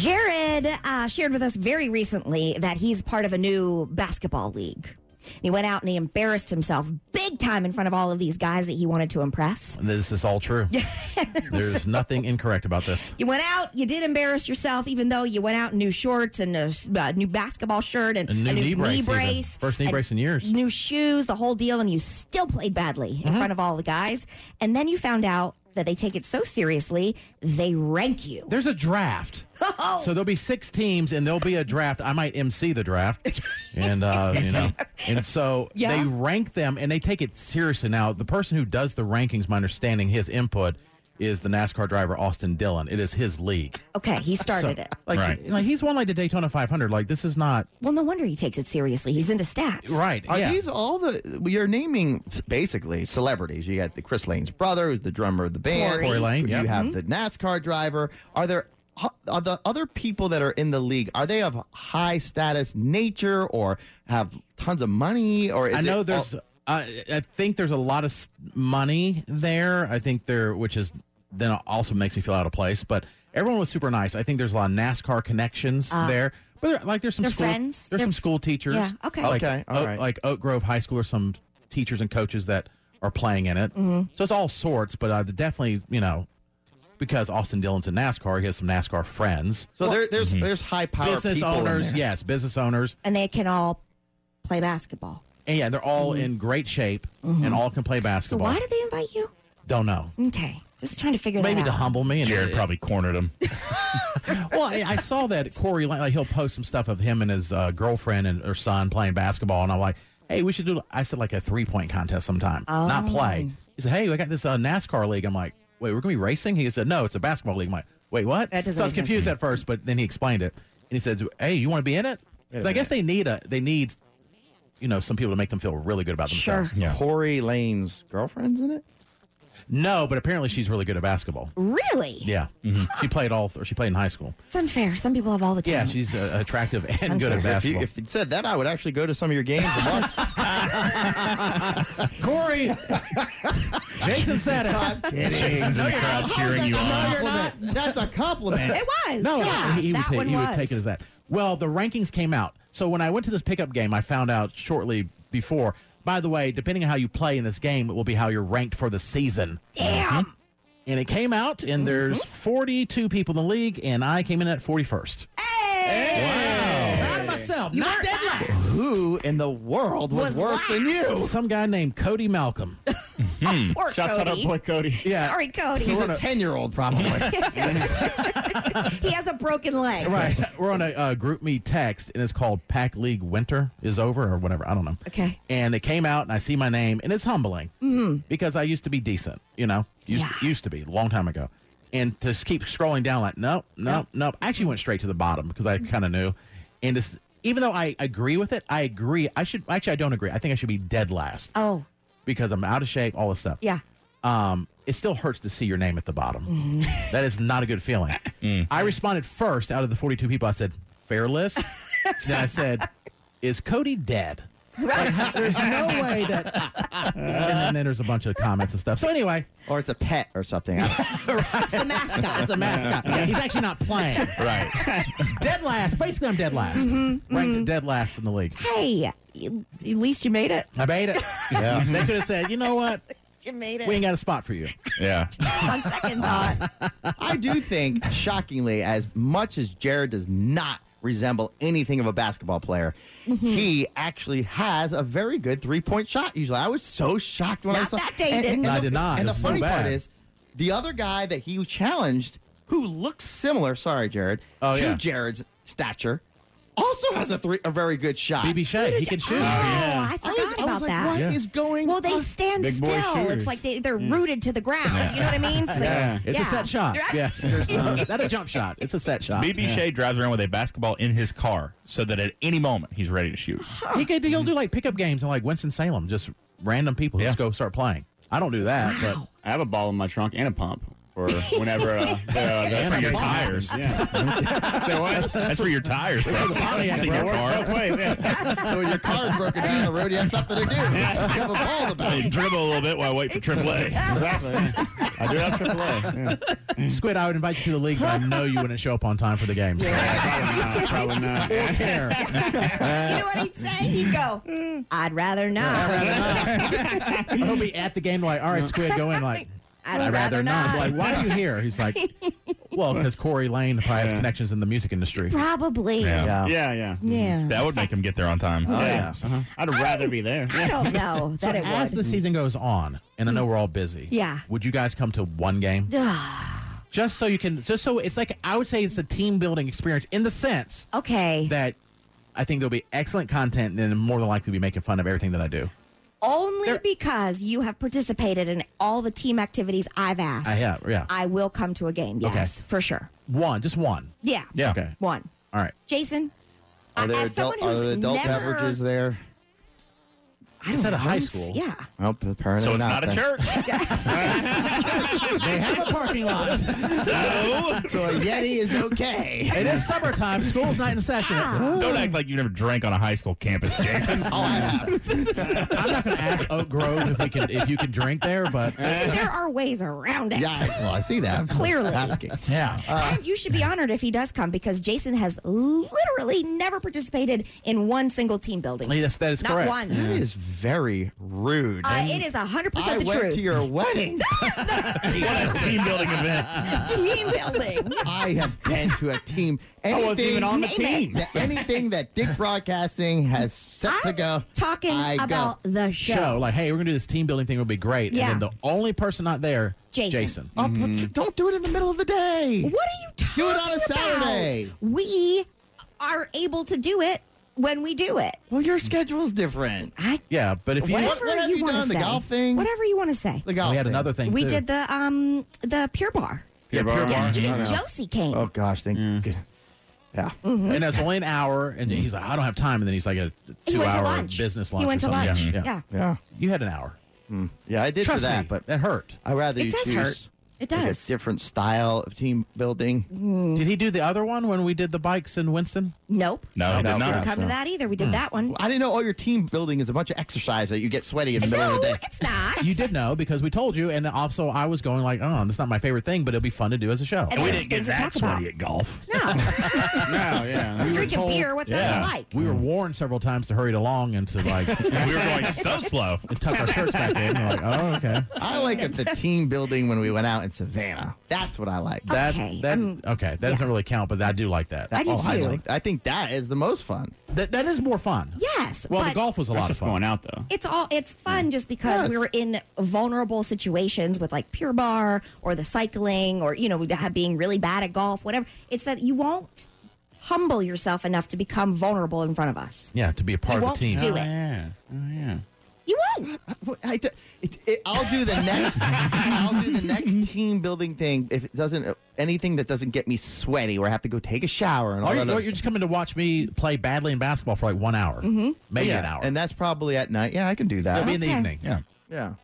Jared uh, shared with us very recently that he's part of a new basketball league. He went out and he embarrassed himself big time in front of all of these guys that he wanted to impress. This is all true. There's nothing incorrect about this. You went out, you did embarrass yourself, even though you went out in new shorts and a s- uh, new basketball shirt and A new knee brace. even. brace, First knee and brace in years. new shoes, the whole deal, and you still played badly in Mm-hmm. front of all the guys. And then you found out that they take it so seriously, they rank you. There's a draft. So there'll be six teams and there'll be a draft. I might MC the draft. And, uh, you know, and so Yeah. they rank them and they take it seriously. Now, the person who does the rankings, my understanding, his input is the NASCAR driver, Austin Dillon. It is his league. Okay, he started it. Like, Right. like he's won like the Daytona 500. Like this is not Well, no wonder he takes it seriously. He's into stats. right. Are yeah. these all the you're naming basically celebrities? You got the Chris Lane's brother, who's the drummer of the band, Corey. Corey Lane, yeah. You have the NASCAR driver. Are there are the other people that are in the league? Are they of high status nature or have tons of money? Or is I it know all- there's. I, I think there's a lot of s- money there. I think there, which is then also makes me feel out of place. But everyone was super nice. I think there's a lot of NASCAR connections there. But there, like there's some Ah. They're school, friends? There's They're- some school teachers. Yeah, okay. Like, Okay, all Oak, right. like Oak Grove High School or some teachers and coaches that are playing in it. Mm-hmm. So it's all sorts. But uh, definitely, you know, because Austin Dillon's in NASCAR, he has some NASCAR friends, so there, there's there's high power mm-hmm. business people in owners. there. Yes, business owners. And they can all play basketball. And yeah, they're all in great shape and all can play Mm-hmm. So basketball. why did they invite you? Don't know. Okay, just trying to figure Maybe that to out. humble me. And Jared it- probably- Probably cornered him. well, I, I saw that Corey. Like, he'll post some stuff of him and his uh, girlfriend and her son playing basketball, and I'm like, "Hey, we should do." I said like a three point contest sometime, Oh. not play. He said, "Hey, I got this uh, NASCAR league." I'm like, "Wait, we're gonna be racing?" He said, "No, it's a basketball league." I'm like, "Wait, what?" That doesn't so I was make sense. confused at first, but then he explained it, and he said, "Hey, you want to be in it?" Because I guess they need a they need, you know, some people to make them feel really good about Sure. themselves. Yeah. Corey Lane's girlfriend's in it. No, but apparently she's really good at basketball. Really? Yeah, she played all. Or she played in high school. It's unfair. Some people have all the time. Yeah, she's uh, attractive and good at So If you, basketball. if you said that, I would actually go to some of your games. and watch. Corey, Jason said it. Jason's in the crowd cheering you on. That's a compliment. It was. No, yeah, he, he would that take, one he was. would take it as that. Well, the rankings came out. So when I went to this pickup game, I found out shortly before. By the way, depending on how you play in this game, it will be how you're ranked for the season. Damn. And it came out, Mm-hmm. and there's 42 people in the league, and I came in at 41st. Proud of myself. You Not were dead us. last. Who in the world was, Was worse than you? Some guy named Cody Malcolm. Poor Shouts out Cody. our boy Cody. Yeah. Sorry, Cody. He's a 10 year old, probably. he has a broken leg. Right. We're on a uh, group me text, and it's called Pack League Winter is Over or whatever. I don't know. Okay. Mm-hmm. And it came out, and I see my name, and it's humbling because I used to be decent, you know, used, Yeah. used to be a long time ago. And to s- keep scrolling down, like, nope, nope, nope. I actually went straight to the bottom because Mm-hmm. I kind of knew. And it's, even though I agree with it, I agree. I should, actually, I don't agree. I think I should be dead last Oh, because I'm out of shape, all this stuff. yeah. Um, it still hurts to see your name at the bottom. Mm-hmm. That is not a good feeling. I responded first out of the 42 people. I said, fair list. then I said, is Cody dead? Like, how- there's no way that. and then there's a bunch of comments and stuff. So anyway, or it's a pet or something. The mascot. it's a mascot. Yeah, he's actually not playing. Right. Dead last. Basically, I'm dead last. Mm-hmm. Ranked dead last in the league. hey, you- at least you made it. I made it. Yeah. They could have said, you know what? You made it. We ain't got a spot for you. Yeah. On second thought. I do think, shockingly, as much as Jared does not resemble anything of a basketball player, Mm-hmm. he actually has a very good three point shot. Usually, I was so shocked when I Not saw that day, he didn't. I the- did not. And It the was so funny part bad. is, the other guy that he challenged, who looks similar, sorry, Jared, Oh, to yeah. Jared's stature, also has a three a very good shot. BB Shea, he can shoot. Oh, I I forgot was, I about was like, that. what is Yeah. going Well, they on? stand Big boy still. It's shooters. like they, they're rooted to the ground. You know what I mean? It's, like- It's a yeah. set shot. Yes, there's no, it's not a jump shot. It's a set shot. BB Shea drives around with a basketball in his car so that at any moment he's ready to shoot. He could, he'll do like pickup games in like Winston Salem, just random people. Just Yeah. go start playing. I don't do that, but I have a ball in my trunk and a pump for whenever uh, the, uh, That's for your the- tires. Yeah. so what? That's for your tires. bro. It's in your car. Both ways, yeah. So when your car's broken down on the road, you have something to do. You have a ball to bat. Dribble a little bit while I wait for AAA. Exactly. yeah. I do have AAA. Yeah. Squid, I would invite you to the league, but I know you wouldn't show up on time for the game. So. Probably not. Who cares? you know what he'd say? He'd go, I'd rather not. He'll be at the game like, all right, Squid, go in. Like, I'd rather not. Like, why are you here? He's like, well, because Corey Lane probably has connections in the music industry. Probably. Yeah. Oh, Yeah. Yeah, yeah. Yeah. That would make him get there on time. yeah. Uh-huh. I'd rather be there. I don't know that it As was. the season goes on, and I know we're all busy. Yeah. Would you guys come to one game? just so you can, just so it's like, I would say it's a team building experience in the sense okay. that I think there'll be excellent content and then more than likely be making fun of everything that I do. Only because you have participated in all the team activities I've asked. I have, yeah. I will come to a game. Yes, for sure. One, just one. Yeah. Yeah. Okay. One. All right. Jason, Are there as adult, someone are who's there adult never, beverages there? I don't It's at a know, high it's- school. Yeah. Nope, apparently So it's not not a then. church. They have a parking lot. so So a Yeti is okay. it is summertime. School's not in session. Ah. don't act like you never drank on a high school campus, Jason. All I have. I'm not going to ask Oak Grove if we can if you can drink there, but Jason, there are ways around it. Yeah, I- well, I see that. I'm Clearly. Asking. yeah. and you should be honored if he does come because Jason has literally never participated in one single team building. Yes, that is Not correct. one. That is very rude. Uh, it is 100% I the went truth. to your wedding. what a team building event. team building. I have been to a team. I Anything, wasn't even on the Name team. that- anything that Dick Broadcasting has set to I'm go. talking I go. about the show. Show like, hey, we're gonna do this team building thing. Would be great. Yeah. And then the only person not there, Jason. Oh, but Don't do it in the middle of the day. What are you talking Do it about? on a Saturday. We are able to do it when we do it. Well, your schedule's different. I, Yeah, but if you, whatever what have you, you want done, to the say. golf thing? Whatever you want to say. The golf we had thing. another thing. we too. did the um the Pure Bar. Pure bar. Yes, I even know. Josie came. Oh gosh, thank good. Yeah. and that's only an hour. And he's like, I don't have time. And then he's like a he went to two-hour lunch. business lunch. He or went to something. lunch. Yeah. Yeah. Yeah. Yeah. you had an hour. Yeah, I did Trust for that, me, but that hurt. I'd rather you It does choose hurt. It like, does. a different style of team building. Did he do the other one when we did the bikes in Winston? Nope. No, I No, did yeah. not. Come to so- that either. We did Hmm. that one. I didn't know all your team building is a bunch of exercise that you get sweaty in the middle No, of the day. it's not. You did know because we told you, and also I was going like, oh, that's not my favorite thing, but it'll be fun to do as a show. And And we there's didn't get things to that talk about. sweaty at golf. No. No, yeah. I'm We were drinking told- beer. What's that Yeah. like? we were warned several times to hurry it along and to like we were going so slow. tuck our shirts back in. We're like, oh, okay. I like it, the team building when we went out in Savannah. That's what Oh, I like. That Okay, that um, okay. That doesn't really count, but I do like that. I do oh, I, too. like, I think that is the most fun. that that is more fun. Yes, Well, the but- golf Hmm. was a That's lot of just fun. going out though. It's all it's fun just because we Yes. were in vulnerable situations with like Pure Bar or the cycling or you know that being really bad at golf, whatever. It's that you won't humble yourself enough to become vulnerable in front of us. Yeah, to be a part You of won't the team. do it. Yeah. Oh yeah. You won't. Uh, Well, I do- it, it, I'll do the next. I'll do the next team building thing if it doesn't anything that doesn't get me sweaty where I have to go take a shower and all Or you, that. or other you're just stuff. coming to watch me play badly in basketball for like one hour, maybe yeah, an hour, and that's probably at night. Yeah, I can do It'll that. be in the Mm-hmm. Okay. evening. Yeah. yeah,